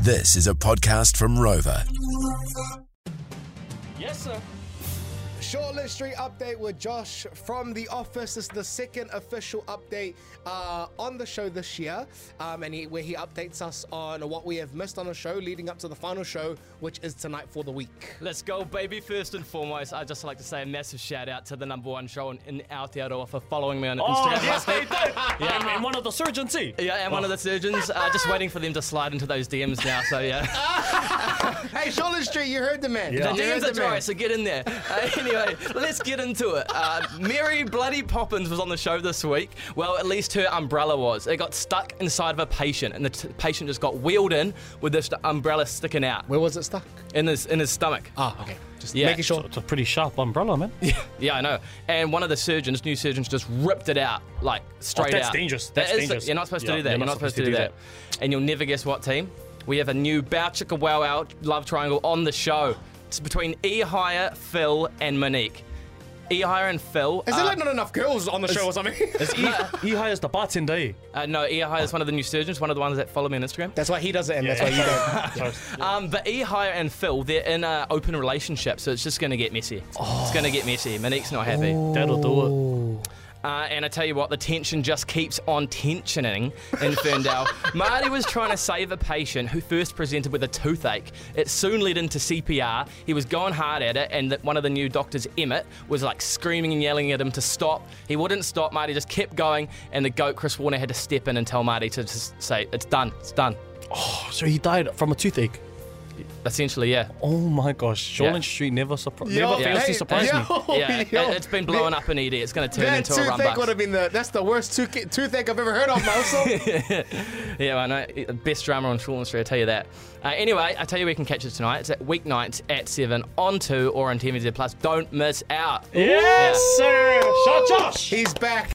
This is a podcast from Rover. Yes, sir. Shortland Street update with Josh from The Office. This is the second official update uh, on the show this year, um, and he, where he updates us on what we have missed on the show leading up to the final show, which is tonight for the week. Let's go, baby. First and foremost, I'd just like to say a massive shout out to the number one show in, in Aotearoa for following me on Oh, Instagram. yes, they did. yeah. and, and one of the surgeons, eh? see? Yeah, and one of the surgeons, uh, just waiting for them to slide into those DMs now. So, yeah. Hey, Shortland Street, you heard the man. Yeah. You The heard DMs are the man. dry, so get in there. Uh, anyway, let's get into it. Uh, Mary Bloody Poppins was on the show this week. Well, at least her umbrella was. It got stuck inside of a patient, and the t- patient just got wheeled in with this umbrella sticking out Where was it stuck? in his, in his stomach. Ah, okay. Just Yeah. making sure. It's a pretty sharp umbrella, man. Yeah, I know. And one of the surgeons, new surgeons, just ripped it out, like straight that's out. dangerous. That That's is- dangerous. You're not supposed to Yeah, do that. You're not supposed, to do that. And you'll never guess what team. We have a new Bow Chicka Wow Wow love triangle on the show. It's between E Hire, Phil, and Monique. E Hire and Phil. Is are- there like not enough girls on the show or something? He, he hires the bartender. eh? uh, no, E Hire is one of the new surgeons, one of the ones that follow me on Instagram. that's why he does it, and that's why you don't. Yeah. Sorry. Um, but Ehire and Phil, they're in an open relationship, so it's just going to get messy. It's going to get messy. Monique's not happy. Oh. That'll do it. Uh, and I tell you what, the tension just keeps on tensioning in Ferndale. Marty was trying to save a patient who first presented with a toothache. It soon led into CPR. He was going hard at it, and that one of the new doctors, Emmett, was like screaming and yelling at him to stop. He wouldn't stop. Marty just kept going, and the goat, Chris Warner, had to step in and tell Marty to just say, It's done, it's done. Oh, so he died from a toothache. Essentially, yeah. Oh my gosh, Yeah. Shoreline Street never, surpri- Yo, never fails hey, to surprise yo. me. Oh, yeah, it, yo. has been blowing up in ED. It's going to turn That into a toothache would rumbus. have been the. That's the worst toothache toothache I've ever heard of, Malso. Yeah, I know. Best drama on Shortland Street, I tell you that. Uh, anyway, I tell you where you can catch it tonight. It's at weeknights at 7 on 2 or on TMZ Plus. Don't miss out. Yes, sir. Shot Josh. He's back.